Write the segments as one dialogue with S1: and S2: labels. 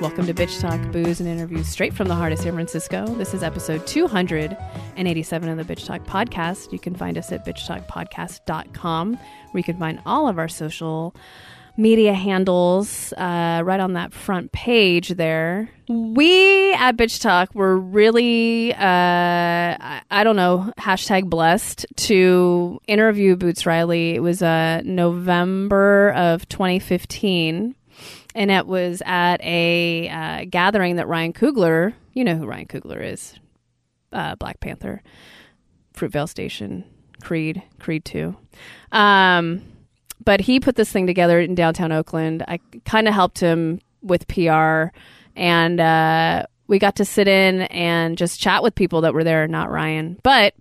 S1: Welcome to Bitch Talk, Booze, and Interviews straight from the heart of San Francisco. This is episode 287 of the Bitch Talk podcast. You can find us at bitchtalkpodcast.com, where you can find all of our social media handles uh, right on that front page there. We at Bitch Talk were really, uh, I, I don't know, hashtag blessed to interview Boots Riley. It was uh, November of 2015. And it was at a uh, gathering that Ryan Coogler, you know who Ryan Coogler is, uh, Black Panther, Fruitvale Station, Creed, Creed 2. Um, but he put this thing together in downtown Oakland. I kind of helped him with PR, and uh, we got to sit in and just chat with people that were there, not Ryan. But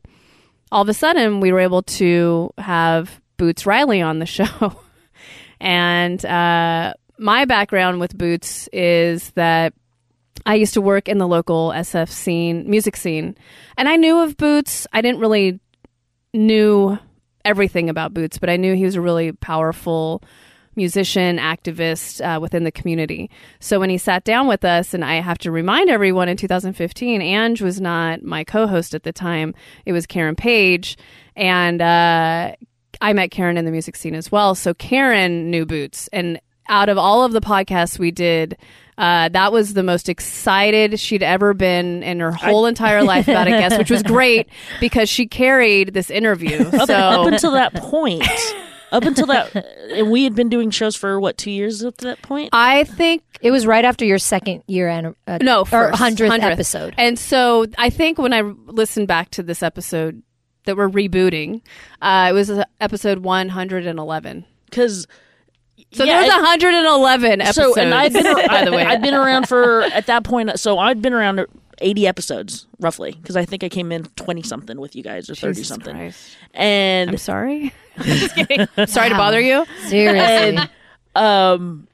S1: all of a sudden, we were able to have Boots Riley on the show. and uh, my background with Boots is that I used to work in the local SF scene, music scene, and I knew of Boots. I didn't really knew everything about Boots, but I knew he was a really powerful musician, activist uh, within the community. So when he sat down with us, and I have to remind everyone in 2015, Ange was not my co host at the time, it was Karen Page. And uh, I met Karen in the music scene as well. So Karen knew Boots. And out of all of the podcasts we did, uh, that was the most excited she'd ever been in her whole entire life about a guest, which was great because she carried this interview.
S2: up, Oh, up
S1: So
S2: until that point. up until that, and we had been doing shows for what two years up to that point.
S1: I think
S3: It was right after your second year and uh,
S1: no
S3: or
S1: first,
S3: hundredth episode.
S1: And so I think when I listened back to this episode that we're rebooting, uh, it was uh, episode 111.
S2: Because
S1: So there's 111 episodes.
S2: so, and I'd been
S1: by the way,
S2: I'd been around for at that point. So I'd been around eighty episodes roughly because I think I came in twenty something with you guys or thirty
S1: Jesus
S2: something.
S1: Christ. I'm
S2: And
S1: sorry. Just kidding. sorry to bother you.
S3: Seriously,
S2: um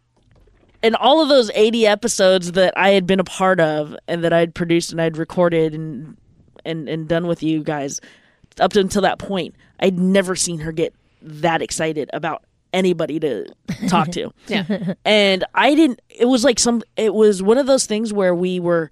S2: and all of those 80 episodes that I had been a part of and that I'd produced and I'd recorded and and and done with you guys up until that point I'd never seen her get that excited about anybody to talk to.
S1: Yeah.
S2: And I didn't it was like some it was one of those things where we were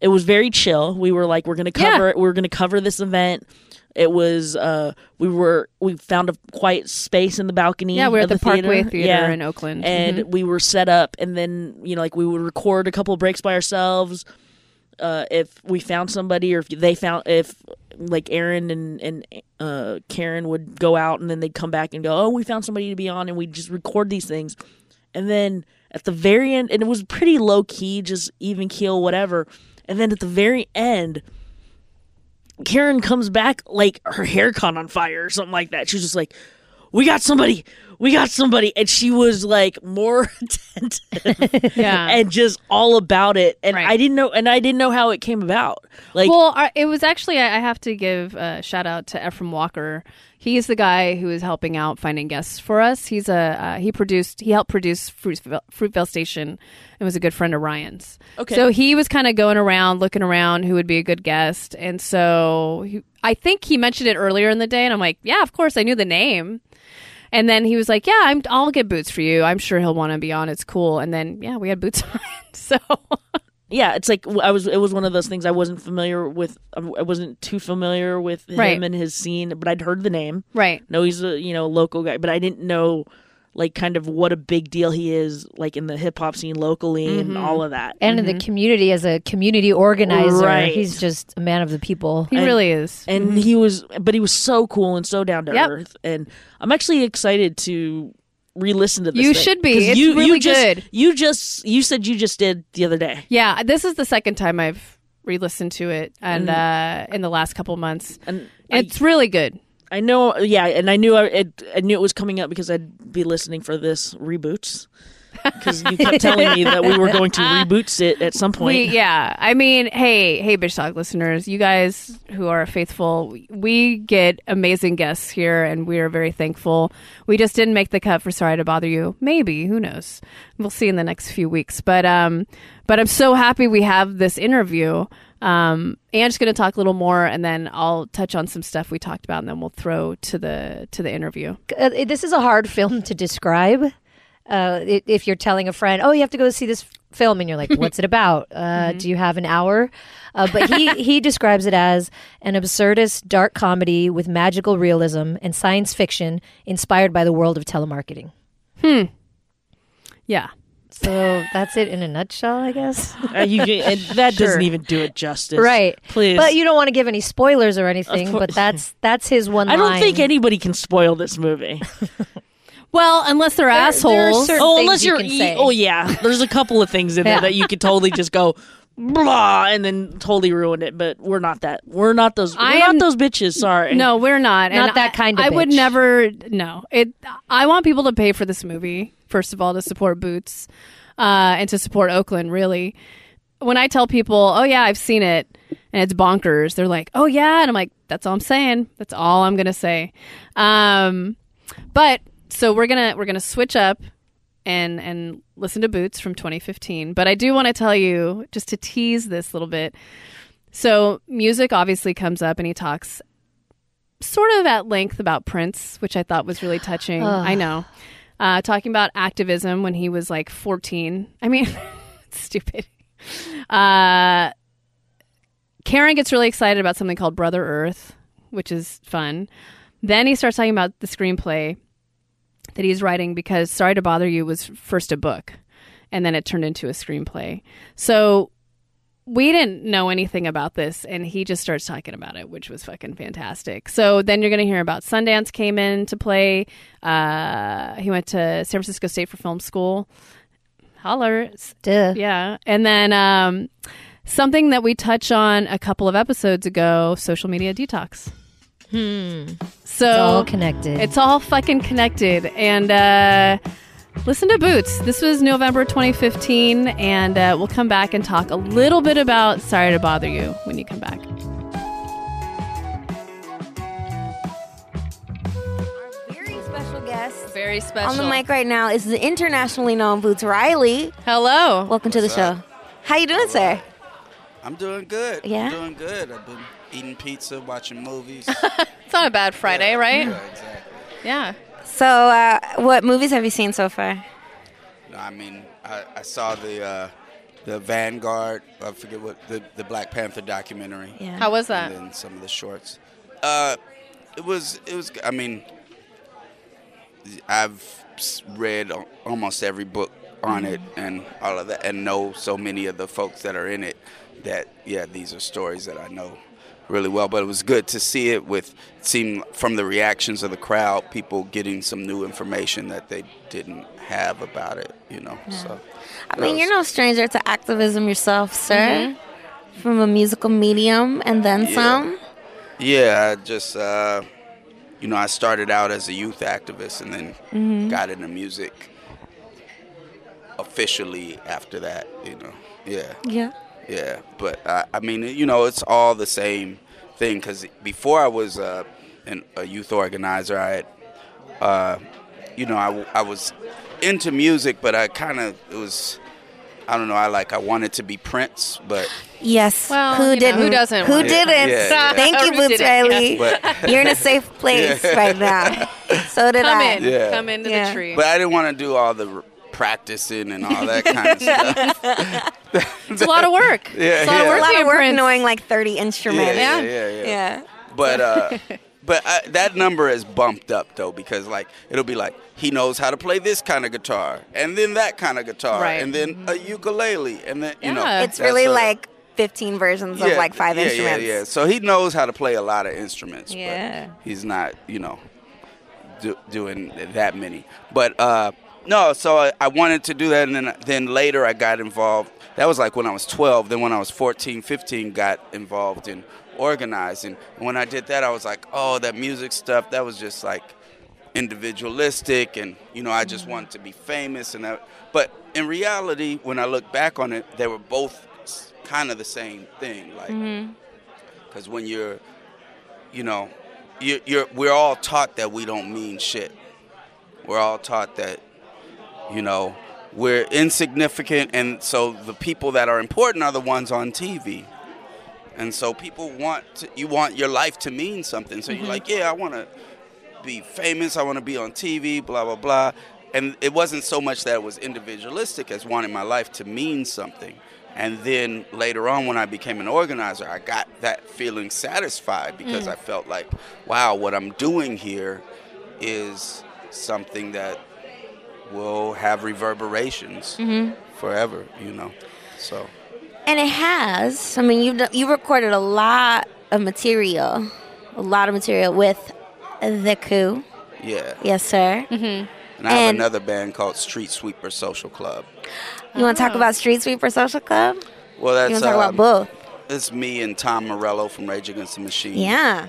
S2: it was very chill. We were like we're going to
S1: Yeah.
S2: cover it. We're going to cover this event. It was uh we were we found a quiet space in the balcony
S1: Yeah, we're at
S2: of
S1: the, Parkway Theater
S2: Yeah
S1: in Oakland.
S2: and
S1: Mhm.
S2: we were set up and then you know like we would record a couple breaks by ourselves uh, if we found somebody or if they found if like aaron and and uh, karen would go out and then they'd come back and go oh we found somebody to be on and we'd just record these things and then at the very end and it was pretty low key just even keel whatever and then at the very end Karen comes back like her hair caught on fire or something like that. She was just like, "We got somebody, we got somebody," and she was like more attentive
S1: yeah.
S2: and just all about it. And
S1: Right.
S2: I didn't know, and I didn't know how it came about. Like,
S1: well, our, it was actually I I have to give a shout out to Ephraim Walker. He's the guy who is helping out finding guests for us. He's a uh, he produced he helped produce Fruitvale, Fruitvale Station and was a good friend of Ryan's.
S2: Okay.
S1: so he was kind of going around looking around who would be a good guest, and so he, I think he mentioned it earlier in the day, and I'm like, yeah, of course I knew the name. And then he was like, "Yeah, I'm, I'll get Boots for you. I'm sure he'll want to be on. It's cool." And then, yeah, we had Boots on. So
S2: yeah, it's like I was. It was one of those things I wasn't familiar with. um, I wasn't too familiar with him
S1: Right.
S2: and his scene, but I'd heard the name.
S1: right,
S2: No, he's a you know local guy, but I didn't know like kind of what a big deal he is like in the hip hop scene locally and
S1: Mm-hmm.
S2: all of that.
S3: and in the community as a community organizer,
S2: Right.
S3: he's just a man of the people.
S1: he really is.
S2: and he was but he was so cool and so down to
S1: Mm-hmm. Yep.
S2: earth and i'm actually excited to re-listen to this
S1: You
S2: thing,
S1: should be.
S2: 'cause
S1: It's
S2: you,
S1: really
S2: you just,
S1: good.
S2: you just you said you just did the other day
S1: Yeah, this is the second time I've re-listened to it, and uh, in the last couple months,
S2: and
S1: it's really good.
S2: i know yeah and i knew I, it, I knew it was coming up because i'd be listening for this reboots because you kept telling me that we were going to reboot it at some point
S1: We, yeah, I mean, hey, hey, bitch talk listeners, you guys who are faithful, we get amazing guests here, and we are very thankful. We just didn't make the cut for sorry to bother you. Maybe who knows? We'll see in the next few weeks. But um, but I'm so happy we have this interview. Um, Anne's going to talk a little more, and then I'll touch on some stuff we talked about, and then we'll throw to the to the interview.
S3: Uh, this is a hard film to describe. uh, i- if you're telling a friend, "Oh, you have to go see this f- film," and you're like, "What's it about? Uh, Do you have an hour?" Uh, but he he describes it as an absurdist dark comedy with magical realism and science fiction inspired by the world of telemarketing.
S1: Yeah.
S3: So that's it in a nutshell, I guess.
S2: Uh, you can, and that
S1: Sure.
S2: doesn't even do it justice,
S3: right.
S2: Please,
S3: But you don't want to give any spoilers or anything.
S2: course.
S3: But that's that's his one.
S2: I don't
S3: line.
S2: think anybody can spoil this movie.
S1: Well, unless they're
S3: there are
S1: assholes.
S3: certain-
S2: oh,
S3: things
S2: unless
S3: you
S2: are
S3: can say.
S2: oh yeah, there's a couple of things in
S3: Yeah.
S2: there that you could totally just go blah and then totally ruin it. But we're not that. We're not those.
S1: I
S2: we're
S1: am-
S2: not those bitches. Sorry.
S1: no, we're not.
S3: Not that kind of
S1: I, I would
S3: bitch.
S1: never. No, it. I want people to pay for this movie first of all to support Boots, uh, and to support Oakland. Really, when I tell people, "Oh yeah, I've seen it," and it's bonkers, they're like, "Oh yeah," and I'm like, "That's all I'm saying. That's all I'm gonna say." Um, but so we're gonna we're gonna switch up and and listen to Boots from 2015. But I do want to tell you just to tease this little bit. So music obviously comes up, and he talks sort of at length about Prince, which I thought was really touching. I know. Uh, talking about activism when he was like 14. I mean, it's stupid. Uh, Karen gets really excited about something called Brother Earth, which is fun. Then he starts talking about the screenplay that he's writing because Sorry to Bother You was first a book and then it turned into a screenplay. So we didn't know anything about this and he just starts talking about it which was fucking fantastic so then you're going to hear about sundance came in to play uh, he went to san francisco state for film school holler
S3: Duh.
S1: yeah and then um, something that we touch on a couple of episodes ago social media detox so
S3: Hmm. It's all connected.
S1: it's all fucking connected. And uh, listen to Boots. This was November 2015, and uh, we'll come back and talk a little bit about Sorry to Bother You when you come back.
S4: Very special guest
S1: Very special.
S4: on the mic right now is the internationally known Boots Riley.
S1: Hello.
S4: Welcome to the
S5: What's
S4: show.
S5: up?
S4: How you doing, sir?
S5: I'm doing good.
S4: Yeah?
S5: I'm doing good. I've been eating pizza, watching movies.
S1: it's not a bad Friday, right?
S5: Yeah, exactly.
S1: Yeah.
S4: So, uh, what movies have you seen so far?
S5: No, I mean, I, I saw the uh, the Vanguard. I forget what the the Black Panther documentary.
S4: Yeah.
S1: How was that?
S5: And then some of the shorts. Uh, it was it was. I mean, I've s- read al- almost every book on it
S4: Mm-hmm.
S5: and all of that, and know so many of the folks that are in it. That yeah, these are stories that I know really well. But it was good to see it with seem from the reactions of the crowd, people getting some new information that they didn't have about it. You know, so
S4: I mean, you're no stranger to activism yourself, sir. From a musical medium and then
S5: Yeah.
S4: some.
S5: Yeah, I just uh, you know, I started out as a youth activist and then got into music officially after that. You know, yeah,
S4: Yeah.
S5: yeah. But I, I mean, you know, it's all the same thing because before I was uh, an, a youth organizer, I had, uh, you know, I, w- I was into music, but I kind of it was. I don't know. I like. I wanted to be Prince, but
S4: Yes.
S1: Well, you
S4: who
S1: know,
S4: didn't?
S1: who doesn't
S4: Who
S1: want
S5: it?
S4: didn't?
S5: Yeah, yeah.
S4: Thank you,
S1: Who
S4: Boots
S1: didn't?
S4: Riley.
S5: But-
S4: You're in a safe place
S5: Yeah.
S4: right now. So did
S1: Come
S4: I.
S1: in.
S5: Yeah.
S1: Come into the
S4: Yeah.
S1: tree.
S5: but I didn't want to do all the r- practicing and all that kind of stuff.
S1: it's a lot of work.
S5: Yeah,
S1: it's a lot of
S5: yeah.
S1: work,
S4: A lot
S1: being
S4: of work
S1: Prince.
S4: knowing like 30 instruments.
S1: Yeah.
S5: Yeah, yeah, yeah. yeah.
S4: yeah.
S5: But uh, but uh, that number is bumped up though because like it'll be like he knows how to play this kind of guitar and then that kind of guitar
S1: Right. Mm-hmm.
S5: and then a ukulele and then you know
S1: Yeah.
S4: It's
S5: that's
S4: really
S5: a-
S4: like 15 versions of
S5: yeah,
S4: like five
S5: yeah,
S4: instruments.
S5: Yeah, yeah. So he knows how to play a lot of instruments.
S4: Yeah.
S5: But he's not, you know, do, doing that many. But uh, no, so I, I wanted to do that, and then then later I got involved. That was like when I was 12. Then when I was 14, 15, got involved in organizing. And when I did that, I was like, oh, that music stuff. That was just like individualistic, and you know, I just wanted to be famous. And that, but in reality, when I look back on it, they were both kind of the same thing. Like because when you're, you know, you're, you're, we're all taught that we don't mean shit. We're all taught that, you know, we're insignificant, and so the people that are important are the ones on TV. And so people want to, you want your life to mean something. So you're like, yeah, I want to be famous. I want to be on TV. Blah blah blah. and it wasn't so much that it was individualistic as wanting my life to mean something. And then later on, when I became an organizer, I got that feeling satisfied because
S4: Mm.
S5: I felt like, wow, what I'm doing here is something that will have reverberations
S4: Mm-hmm.
S5: forever, you know. So,
S4: And it has. I mean, you've done- you recorded a lot of material, a lot of material with the coup.
S5: yeah.
S4: Yes, sir.
S5: And I have
S4: And-
S5: another band called Street Sweeper Social Club.
S4: You want to talk about Street Sweeper Social Club?
S5: Well, Mm-hmm. that's
S4: you want to talk
S5: um,
S4: about both?
S5: It's me and Tom Morello from Rage Against the Machine.
S4: Yeah.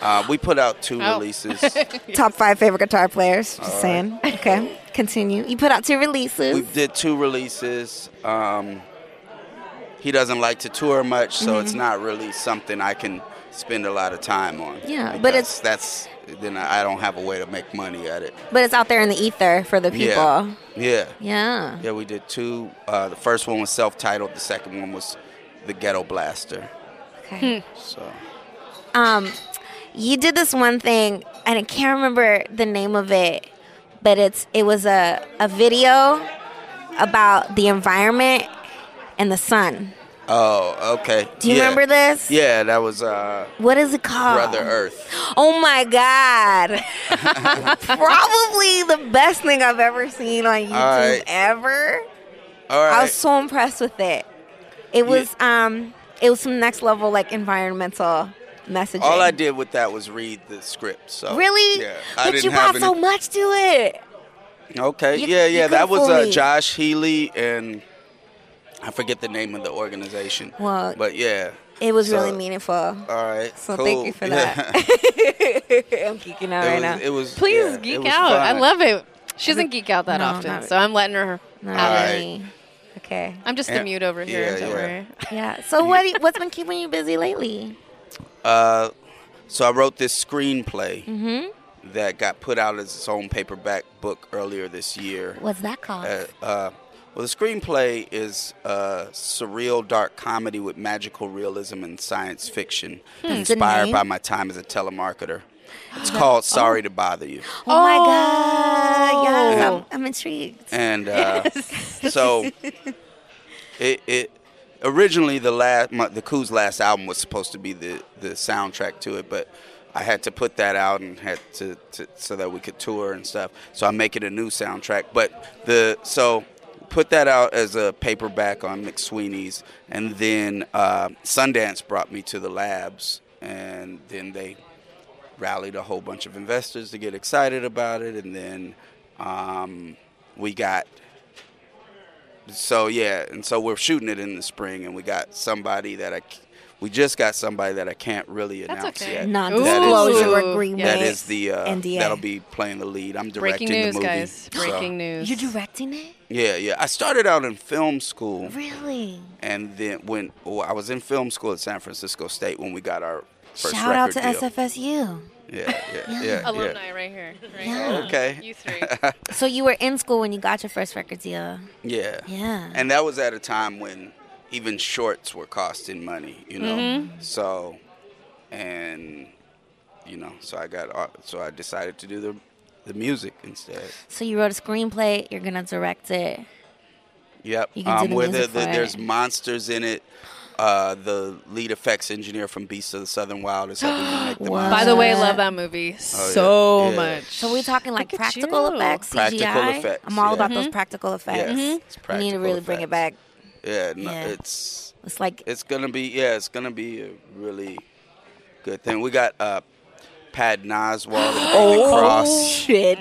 S5: Uh, we put out two
S1: Oh.
S5: releases.
S4: Top five favorite guitar players. Just saying. Okay. Continue. You put out two releases.
S5: we did two releases. Um, he doesn't like to tour much, so
S4: Mm-hmm.
S5: it's not really something I can spend a lot of time on.
S4: Yeah, but
S5: because
S4: it's-
S5: that's then I don't have a way to make money at it.
S4: But it's out there in the ether for the people.
S5: Yeah,
S4: Yeah.
S5: yeah, yeah. We did two. Uh, the first one was self-titled. The second one was the Ghetto Blaster.
S4: Okay.
S5: So
S4: Um, you did this one thing, and I can't remember the name of it, but it's it was a a video about the environment and the sun.
S5: oh, okay.
S4: Do you
S5: Yeah.
S4: remember this?
S5: Yeah, that was uh,
S4: What is it called?
S5: Brother Earth.
S4: Oh my God. Probably the best thing I've ever seen on YouTube
S5: All right.
S4: ever.
S5: All right.
S4: I was so impressed with it. It was um it was some next level like environmental messaging.
S5: All I did with that was read the script. So
S4: Really?
S5: Yeah, I
S4: but
S5: didn't
S4: you
S5: have
S4: brought so
S5: any-
S4: much to it.
S5: Okay.
S4: You-
S5: yeah,
S4: you
S5: yeah. That
S4: could've
S5: was
S4: fooled
S5: uh,
S4: me.
S5: Josh Healy and I forget the name of the organization.
S4: Well,
S5: but yeah.
S4: It was
S5: So-
S4: really meaningful.
S5: All right.
S4: So
S5: cool.
S4: thank you for
S5: Yeah.
S4: that. I'm geeking out
S5: it,
S4: right
S5: was,
S4: now.
S5: it was.
S1: Please
S5: yeah, it
S1: geek
S5: was
S1: out. I
S5: fun.
S1: love it. She doesn't geek out that
S4: No,
S1: often,
S4: not-
S1: so I'm letting her.
S4: No,
S5: All right.
S4: really. Okay.
S1: I'm just
S5: Yeah.
S1: the mute over here.
S5: Yeah,
S1: don't
S5: yeah.
S1: worry.
S4: Yeah. So what do you- what's been keeping you busy lately?
S5: Uh, so I wrote this screenplay
S4: Mm-hmm.
S5: that got put out as its own paperback book earlier this year.
S4: What's that called?
S5: Uh, uh, well, the screenplay is uh, surreal dark comedy with magical realism and science fiction,
S4: the
S5: inspired
S4: name?
S5: by my time as a telemarketer. It's called Sorry to Bother You.
S4: oh, my god. Yes, I'm,
S1: Oh.
S4: I'm intrigued.
S5: And uh, so it, it originally the last my, the Coos last album was supposed to be the the soundtrack to it, but I had to put that out and had to, to so that we could tour and stuff. So I'm making a new soundtrack, but the so put that out as a paperback on McSweeney's, and then uh, Sundance brought me to the labs, and then they rallied a whole bunch of investors to get excited about it, and then um, we got so yeah, and so we're shooting it in the spring, and we got somebody that I c- we just got somebody that I can't really
S1: That's
S5: announce
S1: okay.
S5: yet.
S4: Non-disclosure
S1: Ooh.
S4: agreement.
S5: That is the uh,
S4: NDA.
S5: that'll be playing the lead. I'm directing
S1: Breaking news,
S5: the movie.
S1: guys.
S5: so-
S1: Breaking news.
S4: You're directing it?
S5: Yeah, yeah. I started out in film school,
S4: Really?
S5: and then when oh, I was in film school at San Francisco State when we got our first
S4: Shout out to
S5: record deal.
S4: SFSU.
S5: Yeah, yeah, yeah.
S1: Alumni right here. Right
S4: Yeah.
S1: here.
S5: Okay.
S1: You three.
S4: So you were in school when you got your first record deal.
S5: Yeah.
S4: Yeah.
S5: And that was at a time when even shorts were costing money, you know.
S4: Mm-hmm.
S5: So and you know, so I got au- so I decided to do the the music instead.
S4: So you wrote a screenplay. You're gonna direct it.
S5: Yep. Um,
S4: You can do the
S5: where
S4: music
S5: the,
S4: for it.
S5: there's monsters in it. Uh, the lead effects engineer from Beasts of the Southern Wild is helping me make the
S4: Wow.
S1: By
S5: monsters.
S1: the way, love that movie so
S5: yeah.
S1: much.
S4: So we're talking like
S1: Look at
S4: practical
S1: you.
S4: effects,
S5: Practical
S4: CGI.
S5: effects,
S4: I'm all
S5: yeah. Mm-hmm.
S4: about those practical effects.
S5: Yes, it's
S4: we need to
S5: practical
S4: really bring it back.
S5: effects. Yeah, no,
S4: Yeah.
S5: it's
S4: It's like
S5: it's gonna be yeah, it's gonna be a really good thing. We got uh, Pat Oswald and David
S4: Oh.
S5: Cross
S4: shit.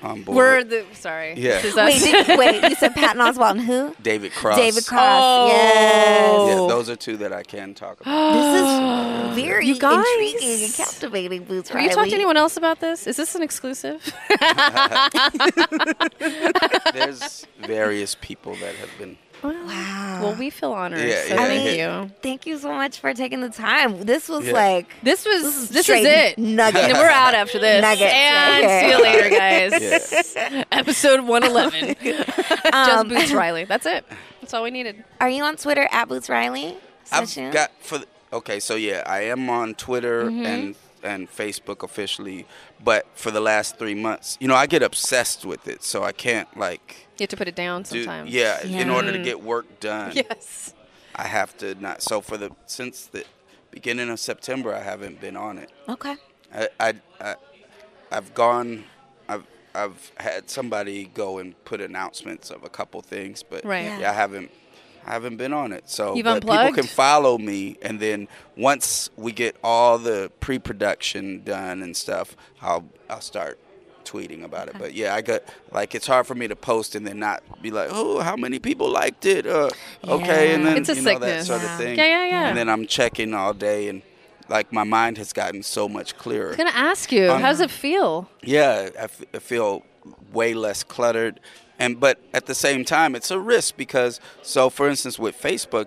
S5: on board.
S1: We're the sorry.
S5: Yeah.
S1: This is
S4: Wait,
S1: us.
S4: did, wait. You said Patton Oswalt and who?
S5: David Cross.
S4: David Cross.
S5: Yeah,
S1: Oh.
S5: those are two that I can talk about.
S4: Yes. This is very
S1: You guys.
S4: intriguing and captivating, Boots
S1: Have you talked
S4: Riley.
S1: to anyone else about this? Is this an exclusive?
S5: There's various people that have been.
S4: Wow.
S1: well, we feel honored.
S5: Yeah,
S1: so
S5: yeah.
S4: I
S1: thank
S4: mean,
S1: you.
S4: Thank you so much for taking the time. This was
S5: Yeah.
S4: like
S1: This was this is
S4: straight
S1: it.
S4: nugget.
S1: And we're out after this.
S4: Nuggets
S1: And
S4: right
S1: see
S4: here.
S1: you later, guys. Episode one eleven. Just
S4: Um,
S1: Boots Riley. That's it. That's all we needed.
S4: Are you on Twitter at Boots Riley?
S5: I've
S4: Session? Mm-hmm.
S5: got for the, okay, so yeah, I am on Twitter and and Facebook officially. But for the last three months, you know, I get obsessed with it, so I can't like
S1: You have to put it down
S5: do
S1: sometimes.
S5: yeah, in
S4: Yeah.
S5: order to get work done.
S1: Yes.
S5: I have to not. So for the since the beginning of September, I haven't been on it.
S4: Okay.
S5: I, I, I I've gone. I've I've had somebody go and put announcements of a couple things, but
S1: Right.
S5: yeah,
S1: Yeah.
S5: I haven't. I haven't been on it, so
S1: You've
S5: but people
S1: unplugged?
S5: can follow me, and then once we get all the pre-production done and stuff, I'll I'll start tweeting about it. But yeah, I got like it's hard for me to post and then not be like, oh, how many people liked it? Uh, okay, and
S4: Yeah.
S5: then
S1: It's a
S5: you know that
S1: sickness.
S5: sort
S4: Yeah.
S5: of thing.
S1: Yeah, yeah, yeah.
S5: And then I'm checking all day, and like my mind has gotten so much
S1: I
S5: clearer.
S1: was gonna ask you, how does it feel?
S5: Yeah, I, f- I feel way less cluttered, and but at the same time, it's a risk because so for instance with Facebook,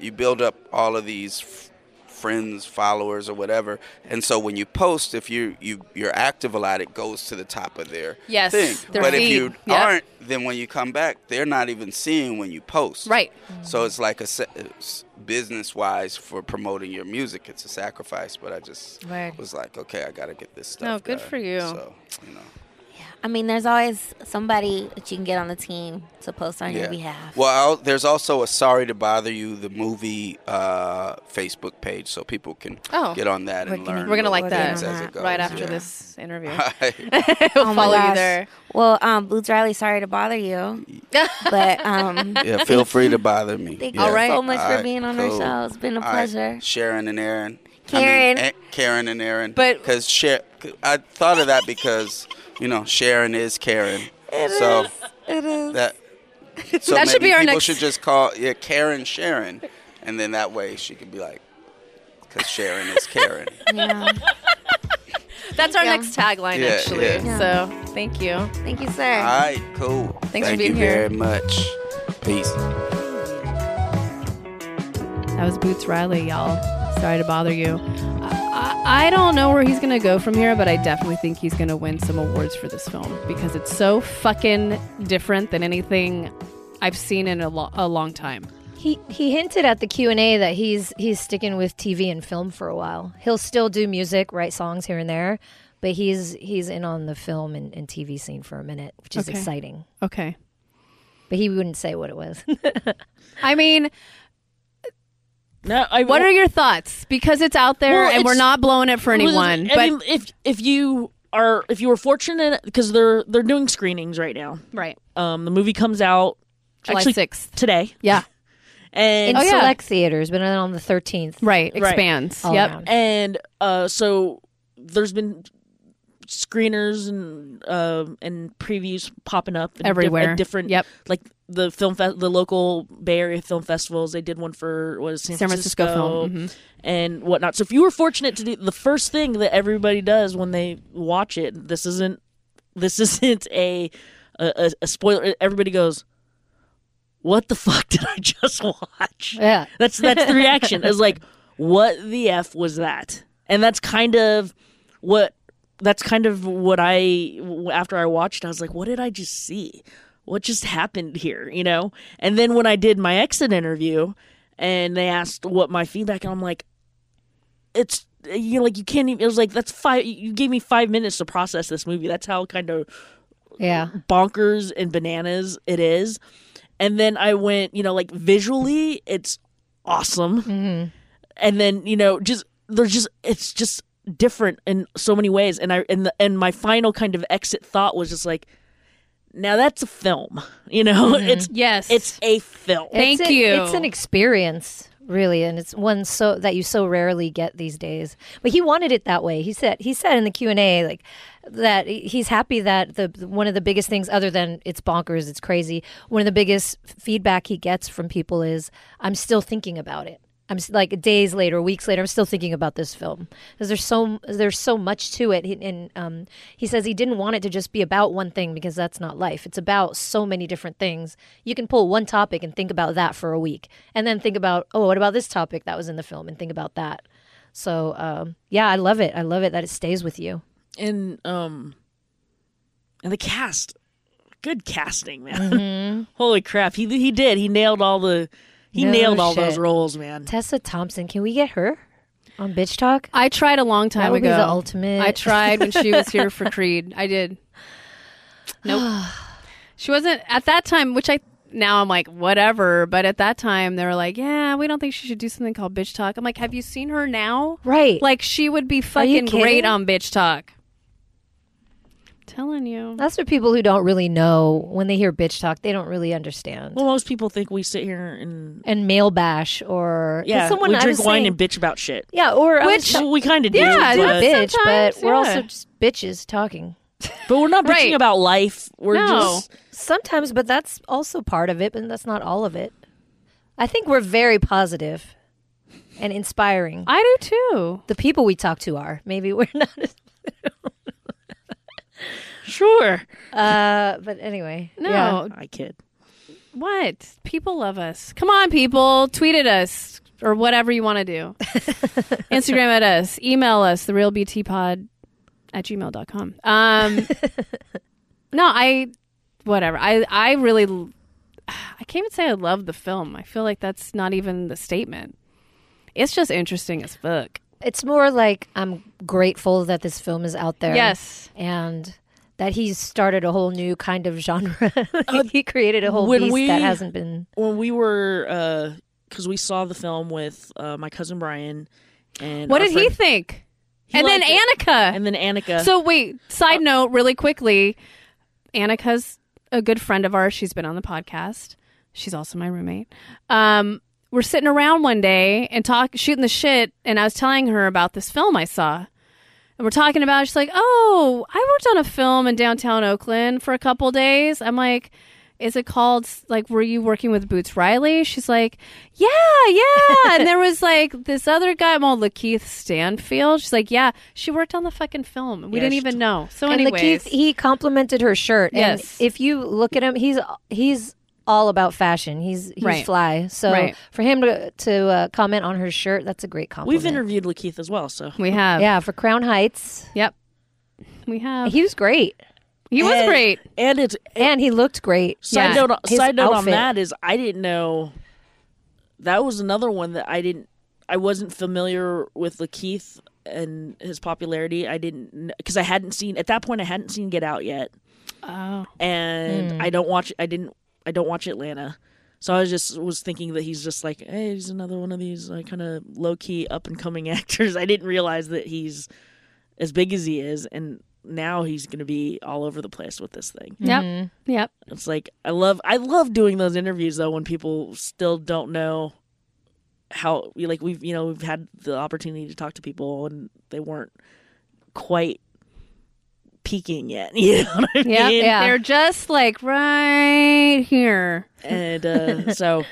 S5: you build up all of these f- friends, followers, or whatever, and so when you post, if you you you're active a lot, it goes to the top of their
S1: Yes,
S5: thing.
S1: their
S5: but
S1: feed.
S5: if you
S1: Yep.
S5: aren't, then when you come back, they're not even seeing when you post.
S1: Right.
S5: So it's like a business wise for promoting your music, it's a sacrifice. But I just
S3: Right.
S5: was like, okay, I got to get this stuff.
S1: No, Oh, good
S5: done.
S1: for you.
S5: So you know.
S4: I mean, there's always somebody that you can get on the team to post on your behalf.
S5: Well, I'll- there's also a "Sorry to Bother You" the movie uh, Facebook page, so people can
S1: Oh.
S5: get on that and
S4: We're gonna-
S5: learn.
S1: We're gonna
S5: little
S1: like that
S5: things as it goes,
S1: right after
S5: yeah.
S1: this interview.
S4: Oh
S1: we'll
S4: my
S1: follow you
S4: gosh.
S1: there.
S4: Well, um, Boots Riley, sorry to bother you, but um,
S5: yeah, feel free to bother me.
S4: thank
S5: yeah.
S4: you
S1: right.
S4: so much
S5: All
S4: for
S5: right,
S4: being on
S5: cool.
S4: our show. It's been a
S5: All right,
S4: pleasure.
S5: Sharon and Aaron.
S4: Karen.
S5: I mean, A- Karen and Aaron.
S1: But-
S5: because Sher- I thought of that because you know Sharon is Karen. so
S4: It is.
S5: that so
S1: That
S5: maybe
S1: should be our
S5: people
S1: next-
S5: should just call yeah Karen Sharon, and then that way she could be like, because Sharon is Karen.
S4: Yeah.
S1: That's our
S4: Yeah.
S1: next tagline,
S5: Yeah,
S1: actually.
S5: yeah.
S1: So thank you.
S4: Thank you, sir.
S5: All right, cool.
S1: Thanks for
S5: Thank
S1: being
S5: you
S1: here.
S5: very much. Peace.
S1: That was Boots Riley, y'all. Sorry to bother you. I, I, I don't know where he's going to go from here, but I definitely think he's going to win some awards for this film because it's so fucking different than anything I've seen in a, lo- a long time.
S3: He he hinted at the Q and A that he's he's sticking with TV and film for a while. He'll still do music, write songs here and there, but he's he's in on the film and, and TV scene for a minute, which is
S1: Okay.
S3: exciting.
S1: Okay.
S3: But he wouldn't say what it was.
S1: I mean,
S2: No, I,
S1: what are your thoughts? Because it's out there
S2: Well,
S1: and we're
S2: it's-
S1: not blowing it for anyone.
S2: I
S1: but
S2: mean, if if you are if you were fortunate because they're they're doing screenings right now.
S1: right.
S2: Um, the movie comes out
S1: July
S2: actually
S1: 6th.
S2: today,
S1: Yeah.
S2: and
S3: in
S1: Oh, yeah.
S3: select theaters, but not on the thirteenth.
S1: Right.
S2: Right.
S1: Expands.
S3: All
S1: Yep.
S3: around.
S2: and uh, so there's been screeners and um and previews popping up in di-
S1: Everywhere.
S2: at different
S1: Yep.
S2: like the film fe- the local Bay Area film festivals. They did one for what is it, San,
S1: San Francisco film, mhm.
S2: and whatnot. So if you were fortunate to do the first thing that everybody does when they watch it, this isn't this isn't a a, a, a spoiler. Everybody goes. What the fuck did I just watch?
S3: Yeah.
S2: That's that's the reaction. It's like, what the f was that? And that's kind of what that's kind of what I after I watched, I was like, what did I just see? What just happened here? You know. And then when I did my exit interview, and they asked what my feedback, and I'm like, it's you know, like you can't even. It was like that's five. You gave me five minutes to process this movie. That's how kind of
S3: Yeah.
S2: bonkers and bananas it is. And then I went, you know, like visually, it's awesome.
S3: Mm-hmm.
S2: And then you know, just there's just it's just different in so many ways. And I and the, and my final kind of exit thought was just like, now that's a film. You know,
S3: Mm-hmm.
S2: it's
S1: Yes.
S2: it's a film.
S1: Thank
S3: It's a-
S1: you.
S3: It's an experience, really, and it's one so that you so rarely get these days. But he wanted it that way. He said he said in the Q and A like that he- he's happy that the one of the biggest things, other than it's bonkers, it's crazy. One of the biggest feedback he gets from people is, "I'm still thinking about it." I'm s- like days later, weeks later, I'm still thinking about this film because there's so there's so much to it. He, and um, he says he didn't want it to just be about one thing because that's not life. It's about so many different things. You can pull one topic and think about that for a week, and then think about oh, what about this topic that was in the film, and think about that. So um, yeah, I love it. I love it that it stays with you.
S2: and um and the cast good casting man holy crap he he did he nailed all the he
S3: Mm-hmm. No
S2: nailed all
S3: shit.
S2: those roles man
S3: Tessa Thompson, can we get her? on bitch talk.
S1: I tried a long time
S3: That would be
S1: ago.
S3: the ultimate.
S1: I tried when she was here for Creed. I did. Nope. she wasn't at that time, which I now I'm like whatever. But at that time, they were like, "Yeah, we don't think she should do something called bitch talk." I'm like, "Have you seen her now?
S3: Right.
S1: Like she would be
S3: you
S1: fucking great
S3: kidding?
S1: on bitch talk." Telling you.
S3: That's for people who don't really know when they hear bitch talk, they don't really understand.
S2: Well, most people think we sit here and
S3: and male bash or 'cause
S2: yeah,
S3: someone
S2: we
S3: I
S2: drink
S3: was
S2: wine
S3: saying-
S2: and bitch about shit.
S3: yeah, or
S2: Which
S3: which I was,
S2: we kind of do,
S1: Yeah, that's-
S3: we're
S2: but,
S3: bitch, but
S1: sometimes,
S3: we're also
S1: yeah.
S3: just bitches talking
S2: but we're not bitching
S1: Right.
S2: about life. We're
S1: No.
S2: just
S3: sometimes, but that's also part of it, but that's not all of it. I think we're very positive and inspiring.
S1: I do too.
S3: the people we talk to are maybe we're not, as-
S2: sure.
S3: uh, but anyway,
S1: No,
S3: yeah.
S2: I kid.
S1: what? People love us. Come on, people. Tweet at us or whatever you want to do. Instagram at us. Email us, therealbtpod at gmail.com. Um, no, I, whatever. I, I really, l- I can't even say I love the film. I feel like that's not even the statement. It's just interesting as fuck.
S3: it's more like I'm grateful that this film is out there.
S1: Yes.
S3: and that he's started a whole new kind of genre. Like, he created a whole
S2: when
S3: beast
S2: we-
S3: that hasn't been.
S2: When we were, because we saw the film with uh, my cousin Brian, and
S1: What
S2: our
S1: did he
S2: friend-
S1: think? and then
S2: liked it.
S1: Annika.
S2: and then Annika.
S1: So wait, side note, really quickly, Annika's a good friend of ours. She's been on the podcast. She's also my roommate. Um, we're sitting around one day and talk shooting the shit, and I was telling her about this film I saw. And we're talking about it. she's like, Oh, I worked on a film in downtown Oakland for a couple days. I'm like, is it called like were you working with Boots Riley? She's like, Yeah, yeah. and there was like this other guy, well, Lakeith Stanfield. She's like, Yeah, she worked on the fucking film. We
S2: Yeah,
S1: didn't
S2: she
S1: even
S2: t-
S1: know. So
S3: And
S1: anyways,
S3: Lakeith, he complimented her shirt.
S1: Yes.
S3: And if you look at him, he's he's all about fashion. He's he's
S1: Right.
S3: fly. So
S1: Right.
S3: for him to to uh, comment on her shirt, that's a great compliment.
S2: We've interviewed Lakeith as well, so
S1: we have.
S3: Yeah, for Crown Heights,
S1: Yep. We
S2: Um,
S1: have. He,
S3: he was great,
S1: was
S2: And-
S1: great.
S2: And it's
S3: and he looked great.
S2: side
S1: Yeah.
S2: note.
S3: His
S2: Side note on
S3: outfit.
S2: that is I didn't know. That was another one that I didn't. I wasn't familiar with Lakeith and his popularity. I didn't because I hadn't seen at that point. I hadn't seen Get Out yet.
S1: Oh.
S2: and
S3: Hmm.
S2: I don't watch. I didn't. I don't watch Atlanta, so I was just was thinking that he's just like, hey, he's another one of these like, kind of low key up and coming actors. I didn't realize that he's as big as he is, and now he's gonna be all over the place with this thing.
S1: Yep.
S3: Mm-hmm.
S1: Yep.
S2: It's like I love. I love doing those interviews though when people still don't know how like we've you know we've had the opportunity to talk to people and they weren't quite peaking yet you know what I
S1: Yep.
S2: mean?
S3: Yeah.
S1: They're just like right here.
S2: and uh, so,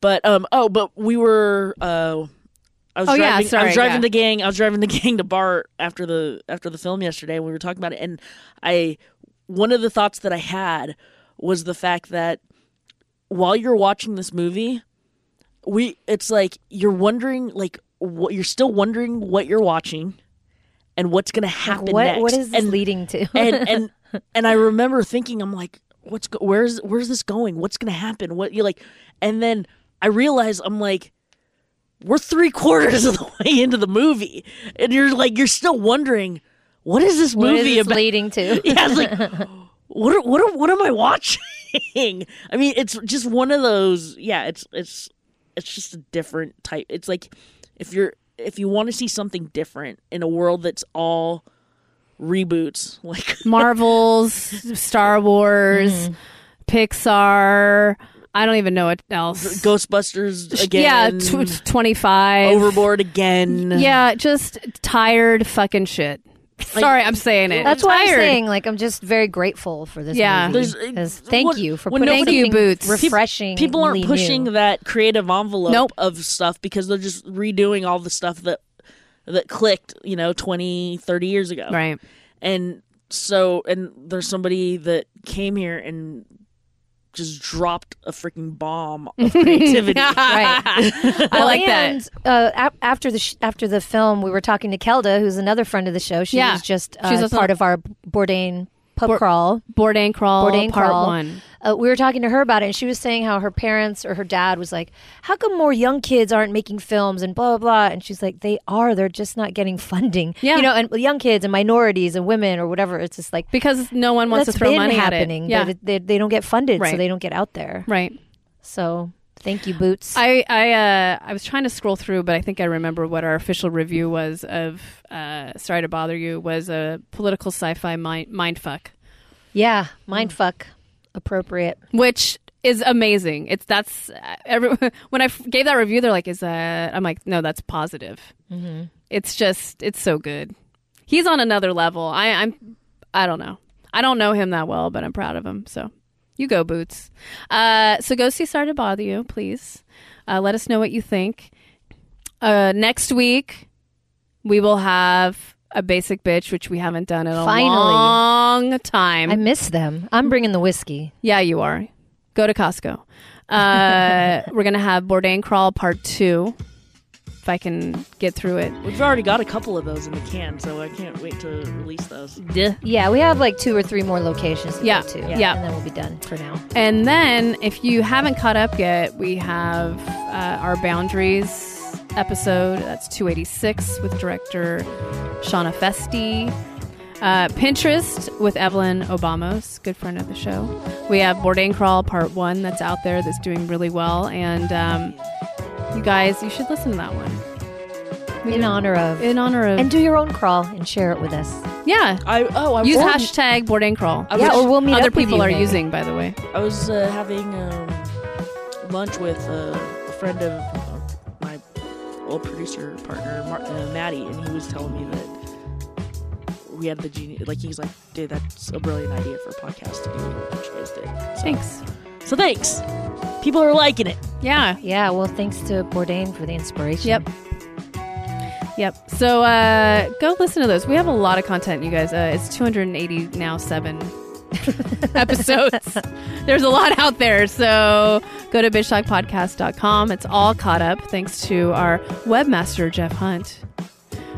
S2: but um, oh, but we were. Uh, I was
S1: Oh,
S2: driving,
S1: yeah,
S2: I
S1: sorry,
S2: was driving
S1: yeah.
S2: the gang. I was driving the gang to Bart after the after the film yesterday. and We were talking about it, and I one of the thoughts that I had was the fact that while you're watching this movie, we it's like you're wondering like what you're still wondering what you're watching and what's going to happen
S3: Ah, What
S2: next.
S3: what is this
S2: and
S3: leading to?
S2: and and and I remember thinking, I'm like, what's go- where's where's this going? What's gonna happen? What you like? And then I realize I'm like, we're three quarters of the way into the movie, and you're like, you're still wondering, what is this
S3: what
S2: movie
S3: is this
S2: about?
S3: leading to?
S2: yeah, I was like, what are- what are- what am I watching? I mean, it's just one of those. Yeah, it's it's it's just a different type. It's like if you're if you want to see something different in a world that's all reboots, like
S1: Marvels, Star Wars,
S2: Mm.
S1: Pixar. I don't even know what else.
S2: Ghostbusters again.
S1: Yeah, tw- 25.
S2: Overboard again.
S1: Yeah, just tired fucking shit. Sorry, I'm saying it.
S3: That's why I'm
S1: Tired.
S3: saying, like, I'm just very grateful for this
S1: Yeah.
S3: movie.
S2: There's- uh,
S3: 'Cause thank
S2: what-
S3: you for
S2: when
S3: putting
S1: nobody-
S3: something
S1: Thank you, Boots.
S3: refreshing.
S2: People aren't pushing that creative envelope
S1: Nope.
S2: of stuff because they're just redoing all the stuff that that clicked, you know, 20, 30 years ago.
S1: Right.
S2: And so and there's somebody that came here and just dropped a freaking bomb of creativity.
S3: Right.
S1: I like that.
S3: and, Uh, a- after the sh- after the film, we were talking to Kelda, who's another friend of the show. She
S1: Yeah.
S3: was just
S1: She's
S3: uh,
S1: also-
S3: part of our Bourdain pub crawl.
S1: Bourdain Crawl
S3: Bourdain
S1: Part
S3: Crawl.
S1: 1.
S3: Uh, uh, we were talking to her about it, and she was saying how her parents or her dad was like, "How come more young kids aren't making films?" and blah blah blah. And she's like, "They are. They're just not getting funding.
S1: Yeah.
S3: you know, and young kids and minorities and women or whatever. It's just like."
S1: because no one wants
S3: that's
S1: to throw
S3: been
S1: money
S3: happening,
S1: at it. Yeah,
S3: but it, they, they don't get funded, so
S1: Right.
S3: they don't get out there.
S1: right.
S3: So thank you, Boots.
S1: I I uh, I was trying to scroll through, but I think I remember what our official review was of uh, "Sorry to Bother You" was a political sci-fi mind mindfuck,
S3: yeah, mindfuck, appropriate.
S1: which is amazing. It's that's uh, every, when I f- gave that review, they're like, "Is that?" I'm like, "No, that's positive."
S3: Mm-hmm.
S1: It's just it's so good. He's on another level. I, I'm I don't know. I don't know him that well, but I'm proud of him. So you go, Boots. Uh, so go see Sorry to Bother You, please. Uh, let us know what you think. Uh, next week, we will have a basic bitch, which we haven't done in a
S3: Finally.
S1: long time.
S3: I miss them. I'm bringing the whiskey.
S1: Yeah, you are. Go to Costco. Uh, we're gonna have Bourdain Crawl Part Two, if I can get through it.
S2: We've already got a couple of those in the can, so I can't wait to release those.
S3: Yeah, we have like two or three more locations to
S1: Yeah,
S3: go to.
S1: yeah.
S3: And then we'll be done for now.
S1: And then, if you haven't caught up yet, we have uh, our boundaries episode. That's 286 with director Shauna Festi. Uh, Pinterest with Evelyn Obamos, good friend of the show. We have Bourdain Crawl Part One that's out there that's doing really well, and um, you guys, you should listen to that one.
S3: In honor of.
S1: in honor of
S3: and do your own crawl and share it with us.
S1: yeah
S2: I oh I
S1: use
S2: was
S1: hashtag board and crawl
S2: I
S3: yeah,
S2: wish
S3: or we'll meet
S1: other
S3: up with
S1: people
S3: you
S1: are
S3: maybe.
S1: using by the way
S2: I was uh, having um, lunch with uh, a friend of uh, my old producer partner, Mar- uh, Maddie, and he was telling me that we had the genius. Like he's like, dude, that's a brilliant idea for a podcast to do what you guys did. So,
S1: thanks
S2: So thanks. People are liking it.
S1: yeah
S3: Yeah, well, thanks to Bourdain for the inspiration.
S1: Yep. yep so uh go listen to those we have a lot of content you guys uh it's 280 now seven episodes there's a lot out there so go to bitchtalkpodcast.com it's all caught up thanks to our webmaster jeff hunt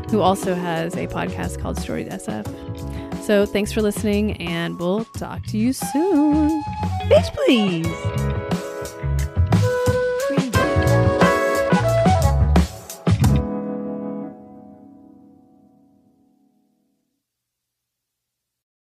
S1: who also has a podcast called storied sf so thanks for listening and we'll talk to you soon
S3: Bitch, please.